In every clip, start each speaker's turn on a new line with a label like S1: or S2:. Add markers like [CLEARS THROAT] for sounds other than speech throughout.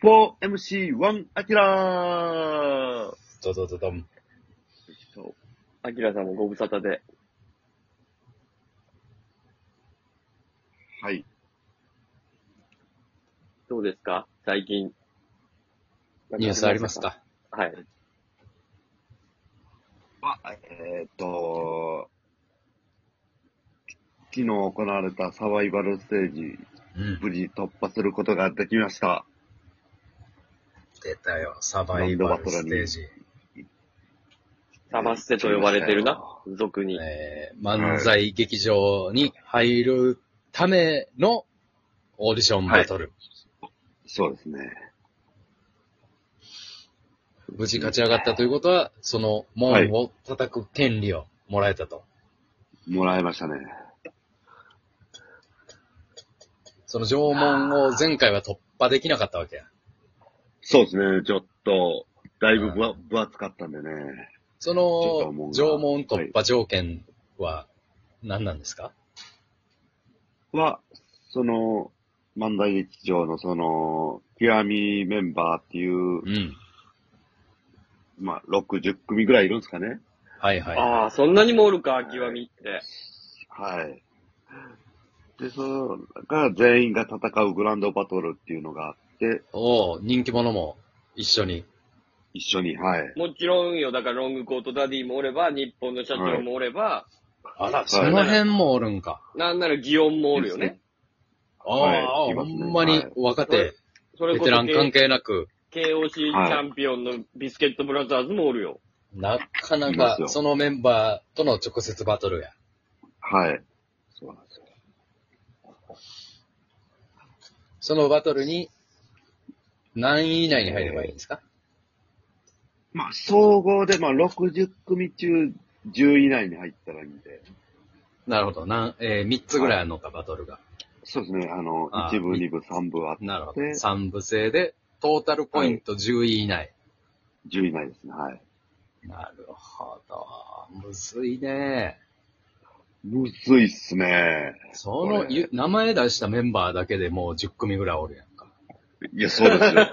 S1: 4MC1 アキラー
S2: ドドドドン。
S1: アキラさんもご無沙汰で。はい。どうですか最近。
S2: ニュースありますか
S1: はい。
S3: は、えーっと、昨日行われたサバイバルステージ、
S2: うん。
S3: 無事突破することができました。
S2: 出たよ。サバイバルステージ。
S1: サバステと呼ばれてるな。俗に。
S2: えー、漫才劇場に入るためのオーディションバトル。
S3: そうですね。
S2: 無事勝ち上がったということは、その門を叩く権利をもらえたと。
S3: もらいましたね。
S2: その上門を前回は突破できなかったわけや。
S3: そうですね。ちょっと、だいぶぶわ分厚かったんでね。
S2: そ
S3: ょっと門
S2: の
S3: が
S2: 上門突破条件は何なんですか、
S3: は、その、漫才劇場のその、極みメンバーっていう、
S2: うん。
S3: まあ、6、10組ぐらいいるんですかね。
S2: はいはい。
S1: ああ、そんなにもおるか、極みって。
S3: はい。で、その、が全員が戦うグランドバトルっていうのがあって、
S2: おお人気者も一緒に。
S3: 一緒に、はい。
S1: もちろんよ。だからロングコートダディもおれば、日本の社長もおれば、
S2: あら、その辺もおるんか。
S1: なんなら祇園もおるよね。
S2: ああ、
S3: はい
S2: ほんまに若
S1: はい
S2: 手、
S1: それ
S2: ベ
S1: こ
S2: テ
S1: そ
S2: ラン関係なく、
S1: KOC チャンピオンのビスケットブラザーズもおるよ。
S2: なかない
S3: ま
S2: か
S3: すよ
S2: そのメンバーとの直接バトルや。
S3: はい。そうなんですよ。
S2: そのバトルに何位以内に入ればいいんですか
S3: まあ、総合で、まあ、60組中10位以内に入ったらいいんで。
S2: なるほど。なん、えー、3つぐらいあるのか、バトルが。
S3: そうですね。あの、
S2: あ
S3: 1部、2部、3部あって、
S2: なるほど。
S3: で
S2: 3部制で、トータルポイント10位以内。
S3: 10位以内ですね。はい。
S2: なるほど。むずいね。
S3: むずいっすね。
S2: その、
S3: これ
S2: ゆ名前出したメンバーだけでもう10組ぐらいおるやんか。
S3: いや、そうです [LAUGHS] よ。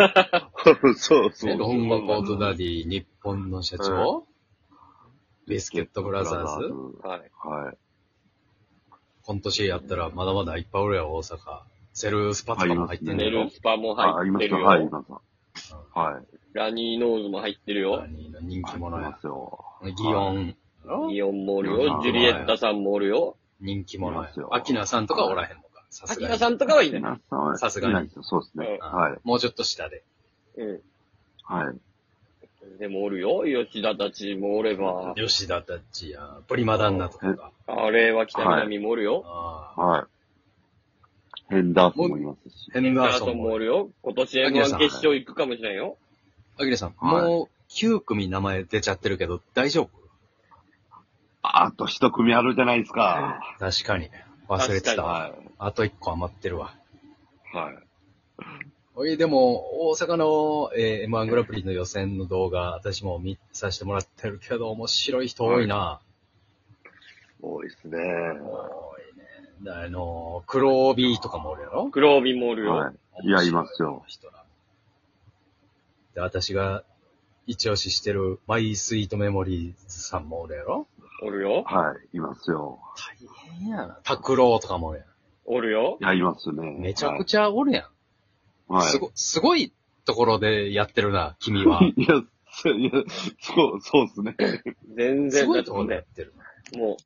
S3: そうそう。
S2: ロングコートダディ、日本の社長、ビスケットブラザーズ。
S1: はい。
S3: はい。
S2: 今年やったらまだまだいっぱいおるやろ、大阪。セルスパとかも入ってんね
S1: ネ
S2: や
S1: ル
S2: ろ。
S1: スパも
S3: あ、あ
S1: 入
S3: り
S1: っ
S3: ま
S1: て
S3: すよ。
S1: るよ。
S3: はい、今さん。はい。
S1: ラニーノーズも入ってるよ。
S2: 人気者
S3: あり
S2: や
S3: ま。すよ。
S2: ギオン。
S1: イオンもおる
S3: うん
S1: よ。ジュリエッタさんもおるよ。
S2: 人気者
S3: い
S2: や
S3: ます。よ
S2: アキナさんとかおらへんのか。さ
S1: ア
S2: す
S1: キ
S2: が
S1: ラ
S2: に。
S1: さんとかはいいね。
S3: 皆さんは、
S2: さすがに
S3: いないですよそうですね。
S1: う
S3: はい。
S2: もうちょっと下で。
S1: う
S3: はい。
S1: ん。でもおるよ。吉田たちもおれば。
S2: 吉田たちや、プリマダンナとかが。
S1: あれは北南もおるよ。
S2: ああ
S3: はい。ヘンダーソンもいますし。
S2: ヘン
S1: ガ
S2: ダー
S1: ー
S2: ソ
S1: ソ
S2: ン
S1: ンも
S2: も
S1: お。るよ。今年 M1 決勝行くかもしれんよ。
S2: アキラさん、
S3: はい
S2: もう9組名前出ちゃってるけど、大丈夫
S3: あと一組あるじゃないですか。
S2: 確かに。忘れてたわ。
S3: は
S2: あと1個余ってるわ。
S3: い。はい。
S2: おい、でも、大阪の、えー M1 グランプリの予選の動画、私も見させてもらってるけど、面白い人多いな。
S3: 多いっすね。
S2: 多いね。あの、黒帯とかもおるやろ
S1: 黒帯もおるよ。
S3: はい。いや、いますよ。。
S2: 人らで、私が一押ししてるマイスイートメモリーズさんもおるやろ
S1: おるよ。
S3: はい。いますよ。
S2: 大変やな。タクローとかもおるや
S1: おるよ
S3: い。や、いますね。
S2: ん。めちゃくちゃおるやん。
S3: はい。
S2: すご、すごいところでやってるな、
S3: [LAUGHS]
S2: 君は。
S3: いや、そういや、そう、そうっすね。
S1: 全
S2: す
S1: 然
S2: ご
S1: だ
S2: い
S1: っ
S2: ところでや
S1: て
S2: っ、てるな。
S1: も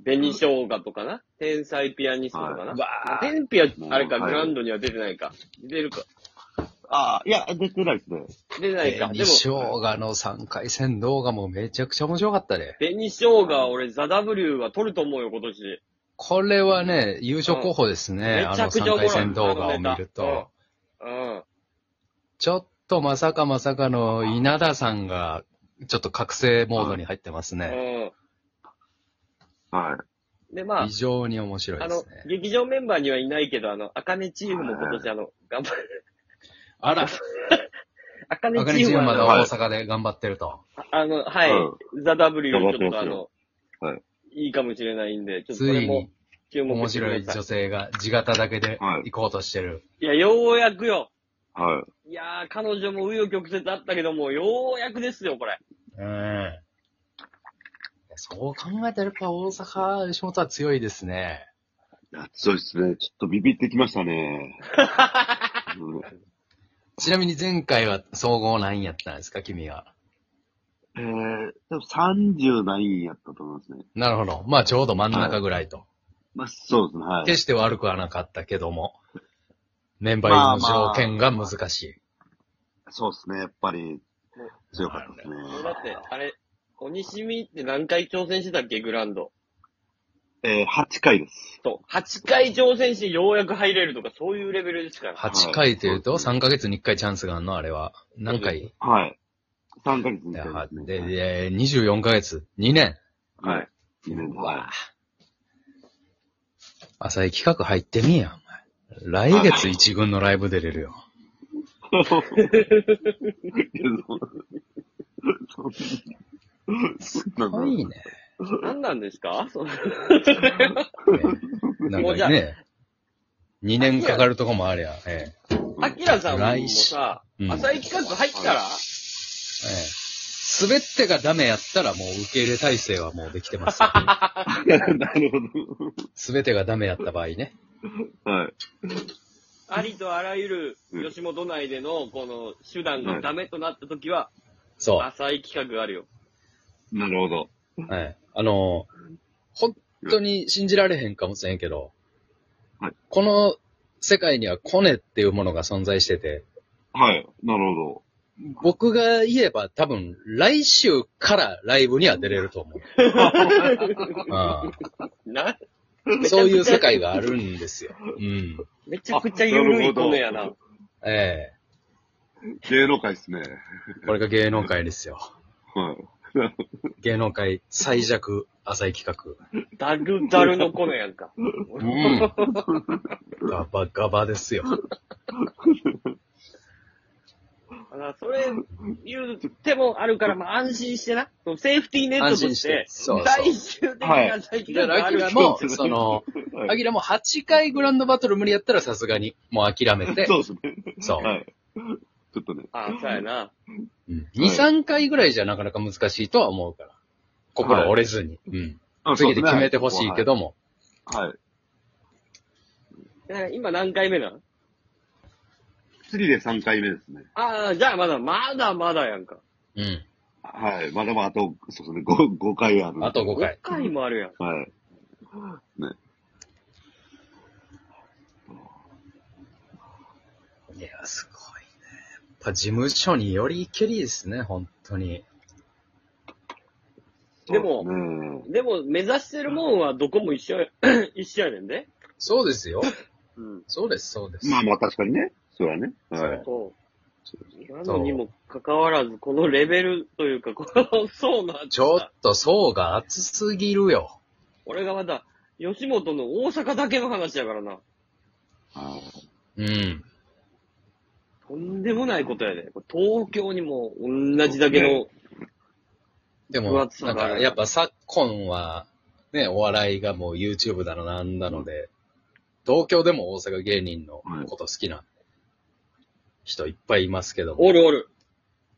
S1: う、紅生姜とかな。天才ピアニストとかな。
S2: わあ。
S1: 天ピは、あれか、
S3: もう
S1: グ
S3: はい
S1: ランドには出てないか。出てるか。
S3: ああ、いや、出てないっすね。
S1: 出てないか。で
S2: 紅
S1: も、
S2: 生姜の3回戦動画もめちゃくちゃ面白かったで。
S1: 紅生姜、俺、ザ・ W は取ると思うよ、今年。
S2: これはね、優勝候補ですね。
S1: うん
S2: あ
S1: めちゃ
S2: の
S1: くちゃ
S2: 3
S1: おもろい
S2: 回戦動画を見る
S1: あのネ
S2: と
S1: タ。うん。
S2: ちょっとまさかまさかの稲田さんが、ちょっと覚醒モードに入ってますね。
S1: う
S3: はい。
S1: ん。で、まあ
S2: 非、常に面白い
S1: あ
S2: で
S1: の
S2: すね、。
S1: 劇場メンバーにはいないけど、あの、アカネチームも今年、あの、頑張る。
S2: あら、
S1: アカネ
S2: 赤チ
S1: チー
S2: ー
S1: ム
S2: ムまだ
S1: は
S2: 大阪で頑張ってると。
S1: あの、あの、はい、
S3: う
S1: ザ・ W をちょ
S3: 頑張っ
S1: っとあ
S3: てます
S1: の
S3: よ、はい
S1: いいかもしれないんで、ちょっと
S2: つ
S1: これ
S2: い
S1: も
S2: に
S1: 注目
S2: 面
S1: して
S2: 白
S1: く
S2: い
S1: ださ
S2: 女
S1: い。
S2: 性が地形だけで
S3: はい
S2: 行こうとしてる。
S1: いや、ようやくよ、
S3: はい
S1: やー、彼女も紆余曲折あったけども、ようやくですよ、これ。
S2: うん。そう考えたらやっぱ大阪、吉本は強いですね。
S3: い。いや、強いですね。ちょっとビビってきましたね。うん
S2: ちなみに前回は総合何位やったんですか、君は。
S3: えー、でも30ないやったと思いますね。
S2: なるほど。まあちょうど真ん中ぐらいと。
S3: まあ、そうですね、はい。
S2: 決して悪くはなかったけども、メンバー入りの条件が難しい。
S3: そうですね、やっぱり、強かったですね。
S1: だって、あれ、鬼しみって何回挑戦してたっけ、グランド。
S3: えー、8回です。
S1: と、8回挑戦してようやく入れるとか、そういうレベルですから。。
S2: 8回というと
S3: はいそうですね
S2: 3ヶ月に1回チャンスがあるのあれは。何回
S3: はい。3ヶ月に
S2: で
S3: 1回ですね。
S2: でで24ヶ月 ?2 年
S3: はいいいね [LAUGHS]
S2: うわ浅い企画入ってみや、お前。来月1軍のライブ出れ [LAUGHS] るよ。
S3: す
S2: すごいね。
S1: 何なんですかその
S2: なん
S1: もうじゃ
S2: か
S1: あ
S2: ね、2年かかるとこもありゃ。ええ
S1: アキラさんも
S2: 来週
S1: さ、
S2: うん
S1: 浅い企画入ったら、
S2: ええ滑ってがダメやったらもう受け入れ体制はもうでき
S3: [LAUGHS]
S2: てますよ。
S3: なるほ
S2: 全てがダメやった場合ね。
S3: ど。はい。
S1: ありとあらゆる吉本内での、この、手段がダメとなった時は、
S2: そう。
S1: 浅い企画があるよ。
S3: なるほど。
S2: はい。あの、本当に信じられへんかもしれんけど、
S3: はい
S2: この世界にはコネっていうものが存在してて、
S3: はい。なるほ
S2: 僕が言えば多分来週からライブには出れる
S3: [LAUGHS]
S2: と思う。う
S1: な、
S2: ん、そういう世界があるんですよ。うん。
S1: めちゃくちゃ緩いコネやな。
S2: え
S3: ど。芸能界ですね。
S2: えこれが芸能界ですよ。
S3: はい。
S2: 芸能界最弱浅い企画。
S1: ダルダルのコネやんか。
S2: うん。ガバガバですよ。
S1: あのそれ、言うてもあるから、まあ安心してな。そのセーフティーネットとして、
S2: 安心してそうそう
S1: 最終的には最近
S2: だから、アキラも、その、アキラも8回グランドバトル無理やったらさすがに、もう諦めて、
S3: そうですね。
S2: そう。
S3: はい。ちょっとね。
S1: あ、そうやな。
S2: うん2、3回ぐらいじゃなかなか難しいとは思うから。心折れずに。うん。次で決めてほしいけども。
S3: はい。はい。
S1: え今何回目なの
S3: 次で3回目ですね。
S1: ああ、じゃあまだ、まだまだやんか。
S2: うん。
S3: はい。まだまだあと、そうですね、5, 5回ある。
S2: あと5回。
S1: 回もあるやん。
S3: はい。
S2: いや、すごいね。やっぱ事務所によりけりですね、本当に。
S1: でも
S3: そうですね
S1: でも、目指してるもんはどこも一緒や、 [CLEARS THROAT] 一緒やねんで。
S2: そうですよ。
S1: うん。
S2: そうです、そうです。
S3: まあまあ確かにね。それはね。はい。
S1: そう。なのにもかかわらず、このレベルという
S2: [LAUGHS]
S1: か、この層の厚さ
S2: ちょっと層が厚すぎるよ。
S1: 俺がまだ、吉本の大阪だけの話やからな。
S3: はい
S2: うん。
S1: とんでもないことやで。これ東京にも同じだけの、
S2: で
S1: 分
S2: も、
S1: 厚さ
S2: な
S1: が
S2: んか、やっぱ昨今は、ね、お笑いがもう YouTube だのなんだので、東京でも大阪芸人のこと好きな人いっぱいいますけども、
S1: おるおる。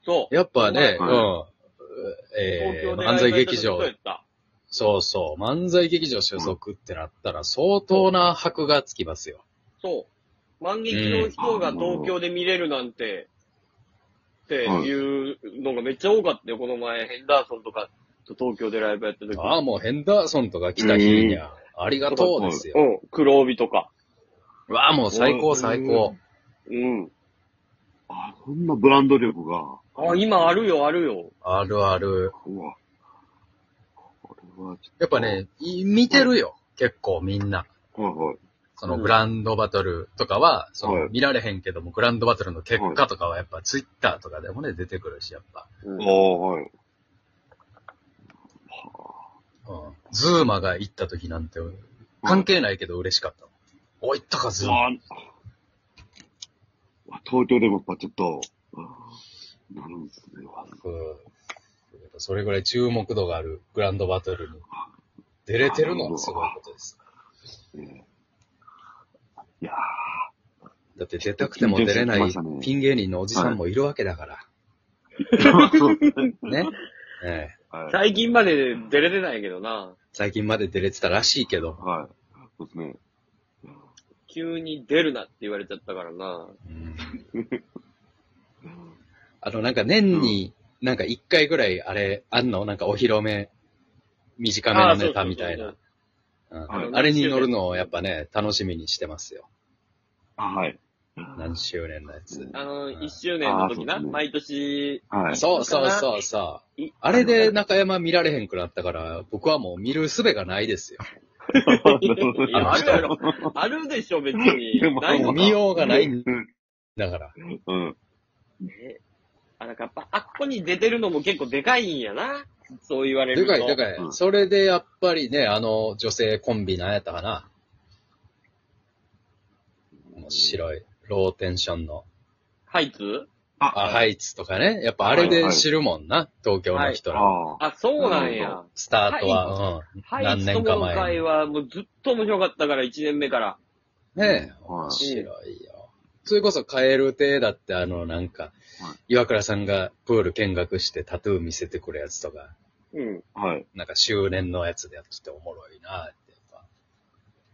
S1: そう。
S2: やっぱね、う
S3: は
S2: ん
S3: い、
S1: 東
S2: えー
S1: 京で
S2: 漫才劇場
S1: ライブや、った
S2: そうそう、漫才劇場所属ってなったら相当な箔がつきますよ。
S1: そう。万劇の人が東京で見れるなんて、っていうのがめっちゃ多かったよ。この前、ヘンダーソンとかと東京でライブやった時。
S2: ああ、もうヘンダーソンとか来た日にゃ、ありがとうです
S1: う
S2: よ。
S1: ん。黒帯とか。
S2: わあ、もう最高最高。
S1: うん。
S3: あ、そんなブランド力が。
S1: あ、今あるよ、あるよ。
S2: あるある。
S3: うわ。これはち
S2: やっぱね、い見てるよ、結構みんな。
S3: ょっと、はい
S2: そのグランドバトルとかは、そ
S3: は
S2: の
S3: い
S2: 見られへんけども、グランドバトルの結果とかはやっぱツイッターとかでもね、出てくるし、やっぱ。
S3: はい。ああ、はい。
S2: うん。ズーマが行った時なんて、関係ないけど嬉しかったもん。お、行ったか、ズーマ。
S3: ああ東京でもやっぱちょっと、なるんですね。わ
S2: うんそれぐらい注目度があるグランドバトルに出れてるのはすごいことです。
S3: ねいやー
S2: だって出たくても出れないピン芸人のおじさんもいるわけだから。
S3: [LAUGHS] そうですね
S2: ね。ええ。
S3: はい。
S1: 最近まで出れてないけどな。
S2: 最近まで出れてたらしいけど。
S3: はい。そうですね。
S1: 急に出るなって言われちゃったからな。
S2: うん [LAUGHS] あの、なんか年に、なんか一回ぐらいあれ、あんのなんかお披露目、短めのネタみたい
S1: あー
S2: な
S1: そ。
S3: そう
S2: うんあれに乗るのをやっぱね、楽しみにしてますよ。
S3: あはい。
S2: 何周年のやつ。
S1: あの、
S2: うん
S1: 一周年の
S3: あ
S1: 時
S3: ーそう
S1: な、
S3: ですね
S1: 毎年、
S3: はい。
S2: そうそうそうそう
S1: い。
S2: あれで中山見られへんくなったから、僕はもう見る術がないですよ。
S3: [LAUGHS]
S1: いや、あるやろ。あるでしょ、
S2: [LAUGHS]
S1: 別に
S3: で。も
S1: ないのか
S2: 見ようがないん
S3: うん
S2: だから。
S3: うん。
S1: えあ、なんかやっぱ、あっこに出てるのも結構でかいんやな。そう言われ
S2: で
S1: ると。
S2: かいでかい。
S3: うん
S2: それでやっぱりね、あの女性コンビなんやったかな。面白い。ローテンションの。
S1: ハイツ
S2: あ、ハイツとかね。やっぱあれで知るもんな。東京の人らは。
S3: ああ。
S1: あ、そうなんや。
S2: スタートは。
S1: ハイ
S2: 何
S1: ツ
S2: 年
S1: 友
S2: か
S1: の
S2: 前に
S1: 会はもうずっと面白かったから、1年目から。
S2: うん。ね
S3: は
S2: え。
S3: い
S2: 面白いよ。それこそ、カエル亭だって、あの、なんか
S3: は、
S2: 岩倉さんがプール見学してタトゥー見せてくるやつとか、
S1: うん。
S3: はい。
S2: なんか周年のやつでやってておもろいなってやっぱ、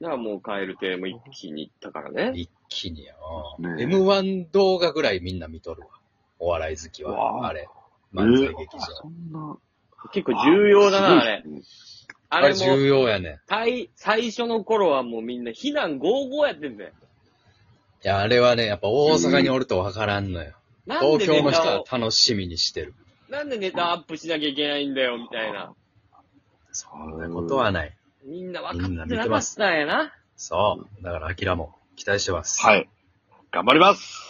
S1: だからもうカエル亭も一気に行ったからね。
S2: 一気によ。
S3: ねえ
S2: M1 動画ぐらいみんな見とるわ。お笑い好き
S3: わ
S2: は。
S3: あ
S2: あれ。漫才劇
S3: えーそ
S2: 場。
S3: んな。
S1: 結構重要だな、あれ
S3: す。ごいですね。
S1: あ
S2: あれ
S1: れも、
S2: 重要やね。
S1: 最、最初の頃はもうみんな避難合々やってんだよ。
S2: いや、あれはね、やっぱ大阪におるとわからんのよ。
S1: なん
S2: 東
S1: で
S2: 京の
S1: ネ
S2: 人
S1: タ
S2: は
S1: を、
S2: 楽しみにしてる。
S1: なんでネタアップしなきゃいけないんだよ、みたいな。
S2: そんなことはない。
S1: みんな分かってなかったんやな。
S2: そう。だから、アキラも期待してます。
S3: はい。頑張ります